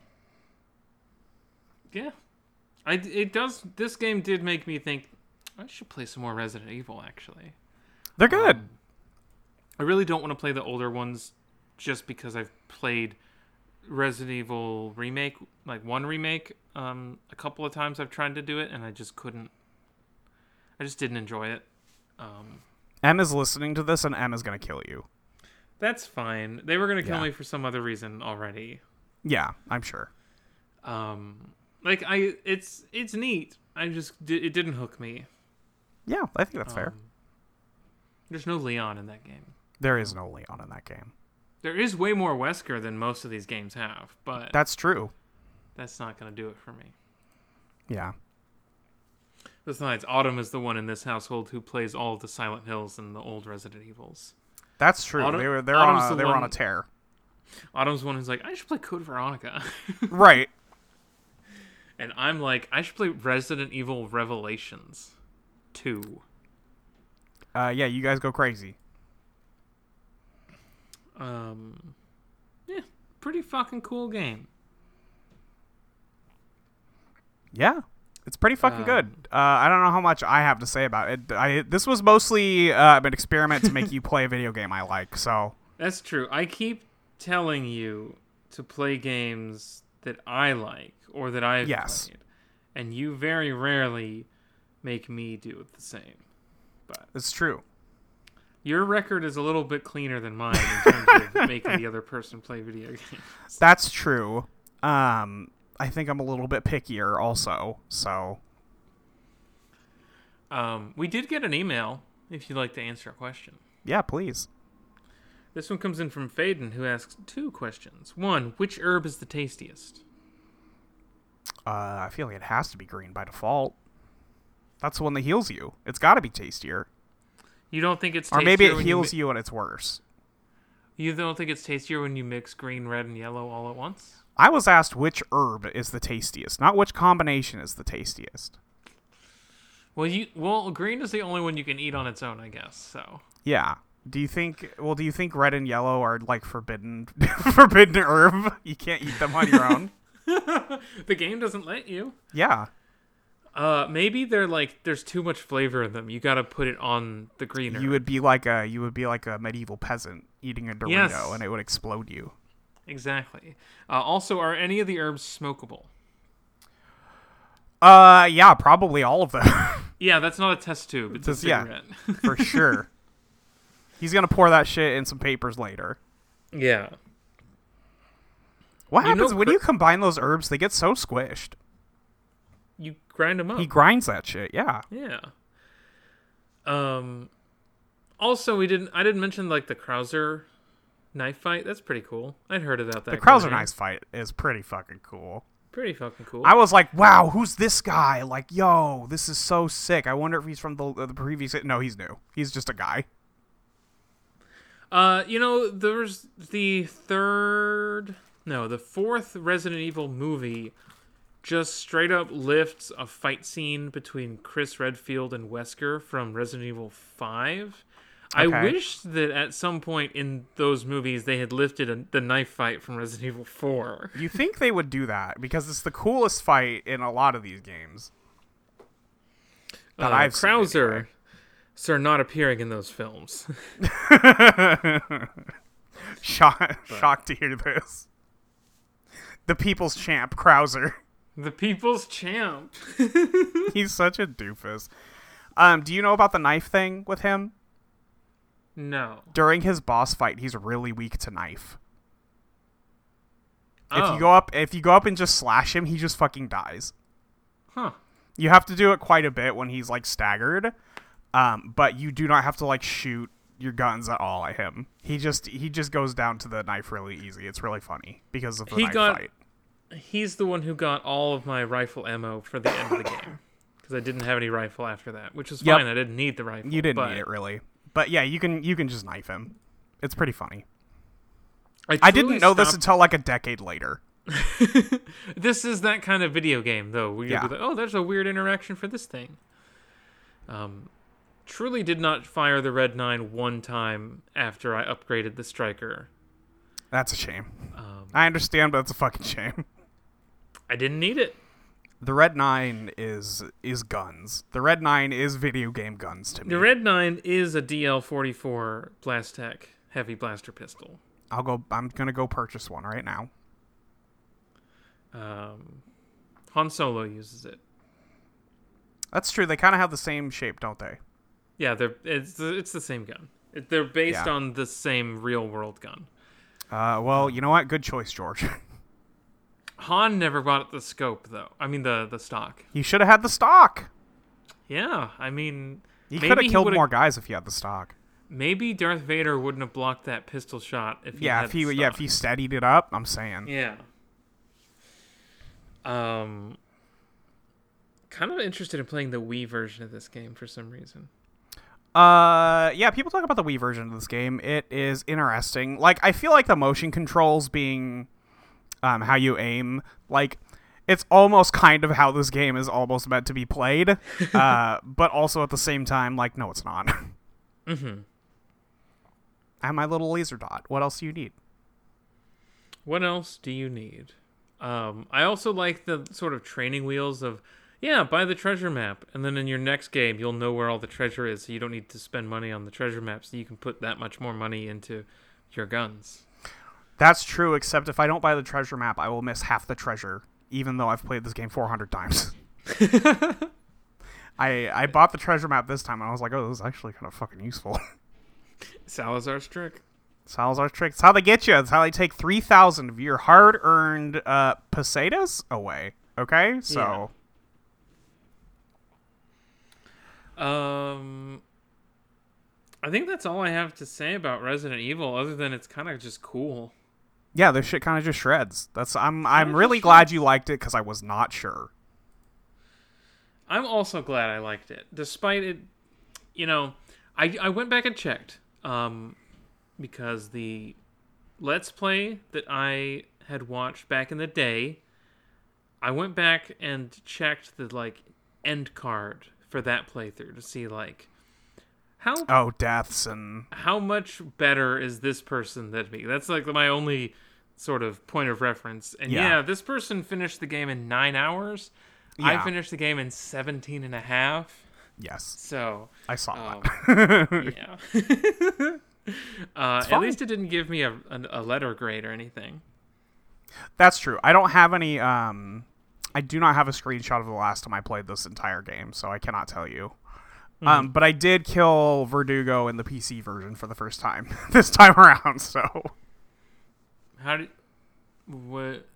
yeah, I d- it does. This game did make me think I should play some more Resident Evil. Actually,
They're
Um,
good.
I really don't want to play the older ones just because I've played Resident Evil remake, like one remake, um, a couple of times I've tried to do it and I just couldn't. I just didn't enjoy it. Um,
Em is listening to this and Em is going to kill you.
that's fine. They were gonna kill
Yeah.
me for some other reason already.
Yeah, I'm sure.
Um, like I, it's it's neat. I just di- it didn't hook me.
Yeah, I think that's fair.
Um, There's no Leon in that game.
There is no Leon in that game.
There is way more Wesker than most of these games have, but
That's true.
that's not gonna do it for me.
Yeah.
Besides, Autumn is the one in this household who plays all of the Silent Hills and the old Resident Evils.
That's true.
Autumn-
they were they're
Autumn's
on
the
a, they were on a
one-
tear.
Autumn's the one who's like, I should play Code Veronica. *laughs*
Right.
and I'm like, I should play Resident Evil Revelations 2.
Uh, yeah, you guys go crazy.
Um, yeah, pretty fucking cool game.
Yeah, it's pretty fucking
Um,
good. Uh, I don't know how much I have to say about it. I this was mostly uh, an experiment to make you play a video game I like. So
That's true. I keep telling you to play games that I like or that I've
Yes.
played. And you very rarely make me do the same.
it's true.
Your record is a little bit cleaner than mine in terms *laughs* of making the other person play video games.
That's true. Um, I think I'm a little bit pickier also. So
Um, we did get an email if you'd like to answer a question.
yeah, please.
This one comes in from Faden, who asks two questions. One, which herb is the tastiest?
Uh, I feel like it has to be green by default. That's the one that heals you. It's got to be tastier,
You don't think it's
or
tastier
maybe it
when
heals
you,
you and it's worse.
mi- you don't think it's tastier when you mix green, red, and yellow all at once?
I was asked which herb is the tastiest, not which combination is the tastiest.
Well, you well, green is the only one you can eat on its own, I guess. So
Yeah. Do you think? Well, do you think red and yellow are like forbidden, *laughs* forbidden
*laughs*
herb? You can't eat them on your own.
the game doesn't let you.
Yeah.
Uh, maybe they're like there's too much flavor in them. You got to put it on the greener.
You would be like a you would be like a medieval peasant eating a Dorito,
Yes.
and it would explode you.
Exactly. Uh, also, are any of the herbs smokable?
Uh, yeah, probably all of them *laughs*
Yeah, that's not a test tube. It's a
Just- yeah.
cigarette.
*laughs* for sure. He's gonna pour that shit in some papers later.
yeah.
What
You know
happens when
cur-
you combine those herbs? They get so squished.
You grind them up.
He grinds that shit. Oh. Yeah.
Yeah. Um. Also, we didn't. I didn't mention like the Krauser knife fight. That's pretty cool. I'd heard about that.
The Krauser
going in.
knife fight is pretty fucking cool.
Pretty fucking cool.
I was like, wow, who's this guy? Like, yo, this is so sick. I wonder if he's from the, uh, the previous. No, he's new. He's just a guy.
Uh, you know, there's the third, no, the fourth Resident Evil movie just straight up lifts a fight scene between Chris Redfield and Wesker from Resident Evil 5. I
Okay.
wish that at some point in those movies they had lifted a, the knife fight from Resident Evil 4.
You think they would do that because it's the coolest fight in a lot of these games. *laughs* That
Uh,
I've seen,
Krauser,
anyway.
sir, not appearing in those
*laughs*
films.
Shock, shocked to hear this. The people's champ, Krauser.
the People's Champ.
*laughs* He's such a doofus. Um, do you know about the knife thing with him?
No.
During his boss fight, he's really weak to knife. If
Oh.
you go up, if you go up and just slash him, he just fucking dies.
Huh.
You have to do it quite a bit when he's like staggered, um, but you do not have to like shoot your guns at all at him. He just he just goes down to the knife really easy. It's really funny because of the
He
knife
got-
fight.
he's the one who got all of my rifle ammo for the end of the game because I didn't have any rifle after that, which is
Yep.
fine. I didn't need the rifle.
You didn't
but
need it really, but yeah, you can you can just knife him. It's pretty funny.
I,
I
truly
didn't know this
stopped- *laughs*
until like a decade later.
this is that kind of video game though, where you're
Yeah.
like, "Oh, there's a weird interaction for this thing." Um, truly did not fire the Red Nine one time after I upgraded the Striker.
That's a shame.
Um,
I understand, but it's a fucking shame. *laughs*
I didn't need it.
The Red Nine is is guns. The Red Nine is video game guns to me.
The Red Nine is a DL44 Blastech heavy blaster pistol.
I'll go. I'm gonna go purchase one right now.
Um, Han Solo uses it.
That's true. They kind of have the same shape, don't they?
Yeah, they're it's the, it's the same gun. It- They're based
Yeah.
on the same real world gun.
Uh, well, you know what? Good choice, George. *laughs*
Han never bought the scope though. I mean the the stock.
he should have had the stock.
Yeah, I mean
He
maybe
could have killed
would've-
more guys if he had the stock.
Maybe Darth Vader wouldn't have blocked that pistol shot if he
Yeah,
had
if he
the
yeah if
stock.
he steadied it up, I'm saying.
Yeah. Um kind of interested in playing the Wii version of this game for some reason.
Uh, yeah. People talk about the Wii version of this game. It is interesting. Like, I feel like the motion controls being, um, how you aim, like, it's almost kind of how this game is almost meant to be played. uh, but also at the same time, like, no, it's not. mm-hmm. I have my little laser dot. What else do you need?
What else do you need? Um, I also like the sort of training wheels of, yeah, buy the treasure map, and then in your next game you'll know where all the treasure is, so you don't need to spend money on the treasure map, so you can put that much more money into your guns.
That's true, except if I don't buy the treasure map, I will miss half the treasure, even though I've played this game 400 times. I I bought the treasure map this time, and I was like, oh, this is actually kind of fucking useful. *laughs*
Salazar's trick.
Salazar's trick. It's how they get you. It's how they take 3,000 of your hard earned uh, pesetas away. Okay? So.
Yeah. Um, I think that's all I have to say about Resident Evil, other than it's kind of just cool.
Yeah, this shit kind of just shreds. That's I'm I'm
just
really glad you liked it because I was not sure.
I'm also glad I liked it, despite it. You know, I I went back and checked, um, because the let's play that I had watched back in the day, I went back and checked the like end card for that playthrough to see like how
Oh, deaths and
how much better is this person than me? That's like my only sort of point of reference. And yeah,
Yeah.
this person finished the game in nine hours. I
Yeah.
finished the game in 17 and a half.
Yes,
So,
I saw *laughs*
um,
that.
yeah. *laughs* uh, at
fine.
least it didn't give me a, a, a letter grade or anything.
That's true. I don't have any. Um, I do not have a screenshot of the last time I played this entire game, so I cannot tell you.
Hmm.
Um, but I did kill Verdugo in the PC version for the first time *laughs* this time around. So
How did. What.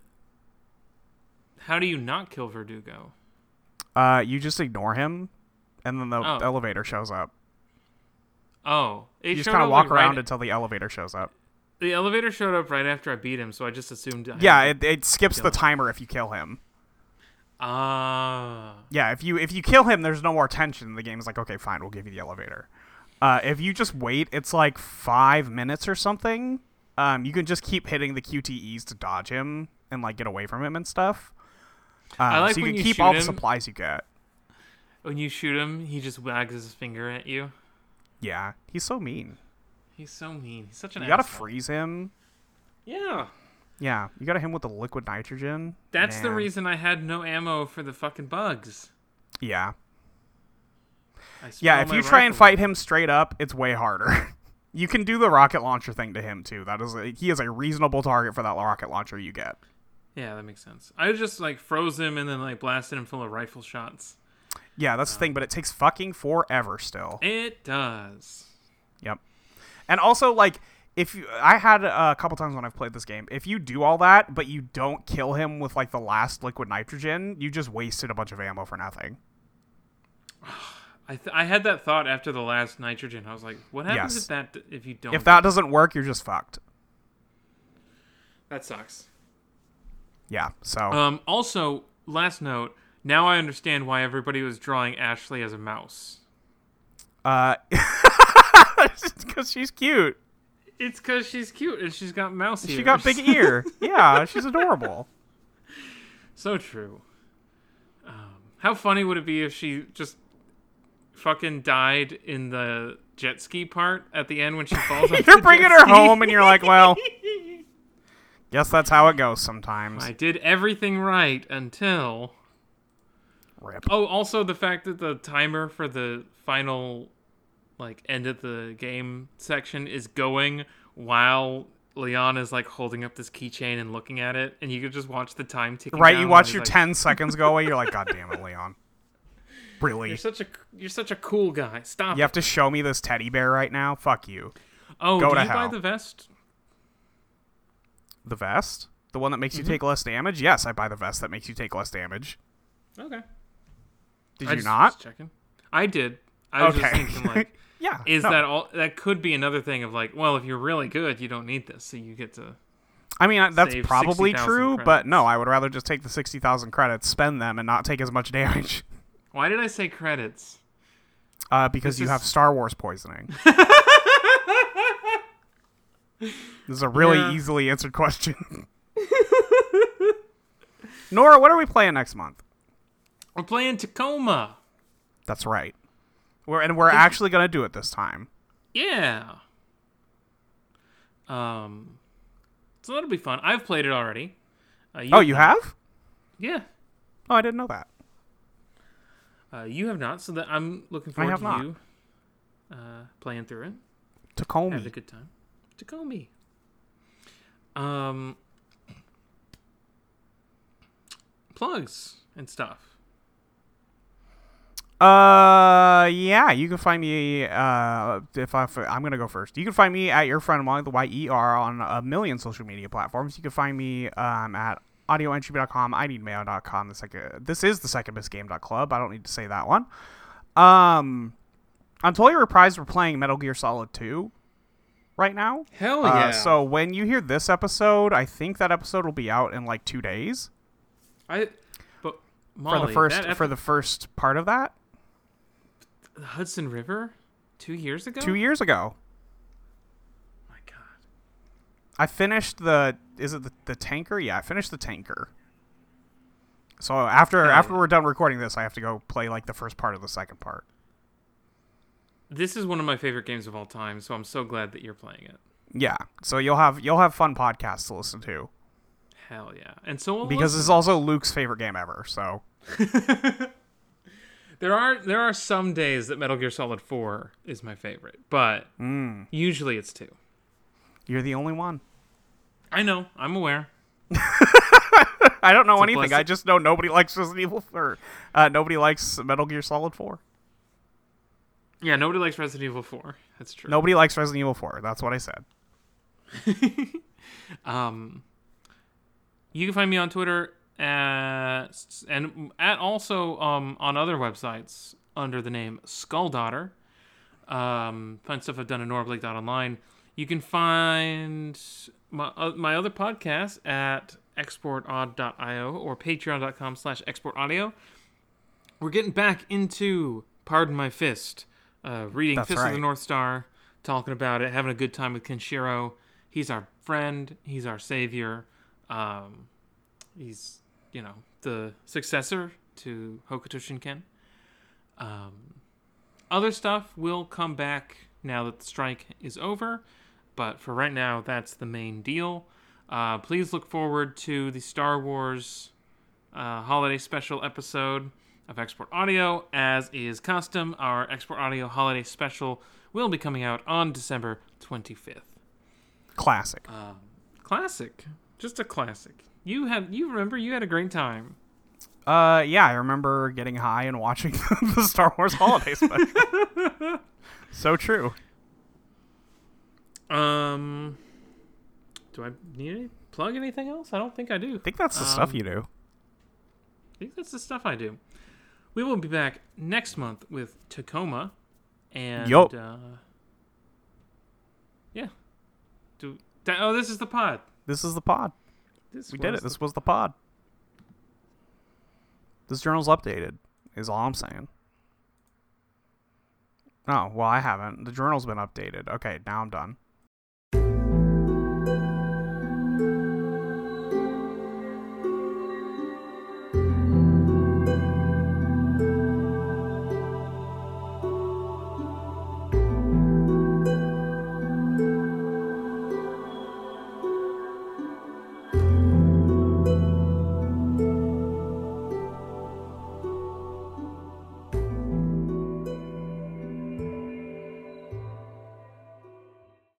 How do you not kill Verdugo?
uh, you just ignore him, and then the
Oh.
elevator shows up.
Oh, it
You just
showed
kind of
up,
walk
like, right-
around until the elevator shows up.
the elevator showed up right after I beat him, so I just assumed. uh, I
Yeah,
had-
it, it skips
kill
the
him.
timer if you kill him.
Ah.
Yeah, if you if you kill him, there's no more tension. The game's like, okay, fine, we'll give you the elevator. Uh, if you just wait, it's like five minutes or something. Um, you can just keep hitting the QTEs to dodge him and like get away from him and stuff. Um,
like
so you
when
can
you
keep
shoot
all the
him-
supplies you get.
When you shoot him, he just wags his finger at you.
Yeah, he's so mean.
He's so mean. He's such an.
You gotta
asshole.
freeze him.
Yeah,
Yeah, you gotta hit him with the liquid nitrogen.
that's the
Man.
reason I had no ammo for the fucking bugs.
Yeah,
I
yeah.
spelled
If
my
you try and
rifle.
fight him straight up, it's way harder. *laughs* you can do the rocket launcher thing to him too. That is, a, he is a reasonable target for that rocket launcher you get.
yeah, that makes sense. I just like froze him and then like blasted him full of rifle shots.
Yeah, that's the thing, but it takes fucking forever still.
It does.
Yep. And also like if you I had uh, a couple times when I've played this game, if you do all that but you don't kill him with like the last liquid nitrogen, you just wasted a bunch of ammo for nothing.
I th- I had that thought after the last nitrogen. I was like, what happens
Yes.
if that if you don't?
If that doesn't work, you're just fucked.
that sucks.
Yeah. So
Um. Also, last note. Now I understand why everybody was drawing Ashley as a mouse.
uh *laughs* cuz she's cute.
It's because she's cute and she's got mouse ears.
She got big ear. Yeah, she's adorable.
So true. Um, how funny would it be if she just fucking died in the jet ski part at the end when
*laughs*
she falls? off
You're
the
bringing
jet
her
ski?
home and you're like, well, guess that's how it goes sometimes.
I did everything right until.
Rip.
Oh, also the fact that the timer for the final, like, end of the game section is going while Leon is, like, holding up this keychain and looking at it, and you could just watch the time ticking.
Right,
down
you
while
watch
he's
your
like, *laughs*
10 seconds go away, you're like, God damn it, Leon. Really?
You're such a you're such a cool guy. Stop.
You have to show me this teddy bear right now? Fuck you.
Oh,
Go
do
to
you buy
hell.
the vest?
The vest? The one that makes
Mm-hmm.
you take less damage? Yes, I buy the vest that makes you take less damage.
Okay.
Did
I
you
just,
not?
Just checking. I did. I was just
Okay.
thinking
*laughs*
like,
yeah.
is
no.
that all? That could be another thing of like, well, if you're really good, you don't need this, so you get to.
I mean, I- that's
save
probably
60,000
true, but
credits?
no, I would rather just take the 60,000 credits, spend them, and not take as much damage
Why did I say credits?
uh, because
This
you
is-
have Star Wars poisoning.
*laughs*
this is a really
Yeah.
easily
*laughs*
answered question. Nora, what are we playing next month?
We're playing Tacoma.
That's right. We're and we're actually gonna do it this time.
Yeah. Um. So that'll be fun. I've played it already. Uh,
Oh, you have?
Yeah.
Oh, I didn't know that.
Uh, you have not, so that I'm looking forward
have
to
not.
you uh, playing through it. Have a
Tacoma.
good time. Tacoma. Um, plugs and stuff.
Uh, yeah. You can find me. Uh, if I, I'm gonna go first. You can find me at your friend Molly the Y E R on a million social media platforms. You can find me um at audioentropy.com, I need mail.com. The second, this is the second best game dot club. I don't need to say that one. Um, on Totally Reprised, we're playing Metal Gear Solid 2 right now.
Hell
Uh, so when you hear this episode, I think that episode will be out in like two days
I, but Molly,
for the first
that
for
epi-
the first part of that.
the Hudson River, two years ago.
Two years ago,
My God,
I finished the is it the, the tanker? Yeah, I finished the tanker. So after
Hell
after
yeah.
we're done recording this, I have to go play like the first part of the second part.
this is one of my favorite games of all time. So I'm so glad that you're playing it.
Yeah, so you'll have you'll have fun podcasts to listen to.
Hell yeah. And so will
because it's also Luke's favorite game ever. So
there are there are some days that Metal Gear Solid 4 is my favorite, but
Hmm.
usually it's 2.
you're the only one.
I know, I'm aware.
I don't know
a
anything. I
blessing.
just know nobody *laughs* likes Resident Evil or uh, nobody likes Metal Gear Solid Four.
Yeah, nobody likes Resident Evil 4. That's true.
Nobody likes Resident Evil Four. That's what I said.
Um, you can find me on Twitter at, and at also um, on other websites under the name Skull Daughter. Um, find stuff I've done at norblake.online. You can find my, uh, my other podcast at exportod.io or patreon.com slash exportaudio. We're getting back into Pardon My Fist, uh, reading
That's
Fist of
right.
the North Star, talking about it, having a good time with Kenshiro. He's our friend. He's our savior. Um, he's, you know, the successor to Hokuto Shinken. Um, other stuff will come back now that the strike is over, but for right now, that's the main deal. Uh, please look forward to the Star Wars uh, holiday special episode of Export Audio. As is custom, our Export Audio holiday special will be coming out on December 25th.
Classic.
Um, Classic, just a classic. You had you remember you had a great time.
Uh, yeah, I remember getting high and watching *laughs* the Star Wars Holiday
*laughs*
Special. so true.
Um, do I need to plug anything else? I don't think I do.
I think that's the stuff you do.
I think that's the stuff I do. We will be back next month with Tacoma, and
Yup.
uh, yeah. Do that, oh, this is the pod.
This is the pod.
This
We did
was
it. This was the pod. This journal's updated, is all I'm saying. Oh, well, I haven't. The journal's been updated. Okay, now I'm done.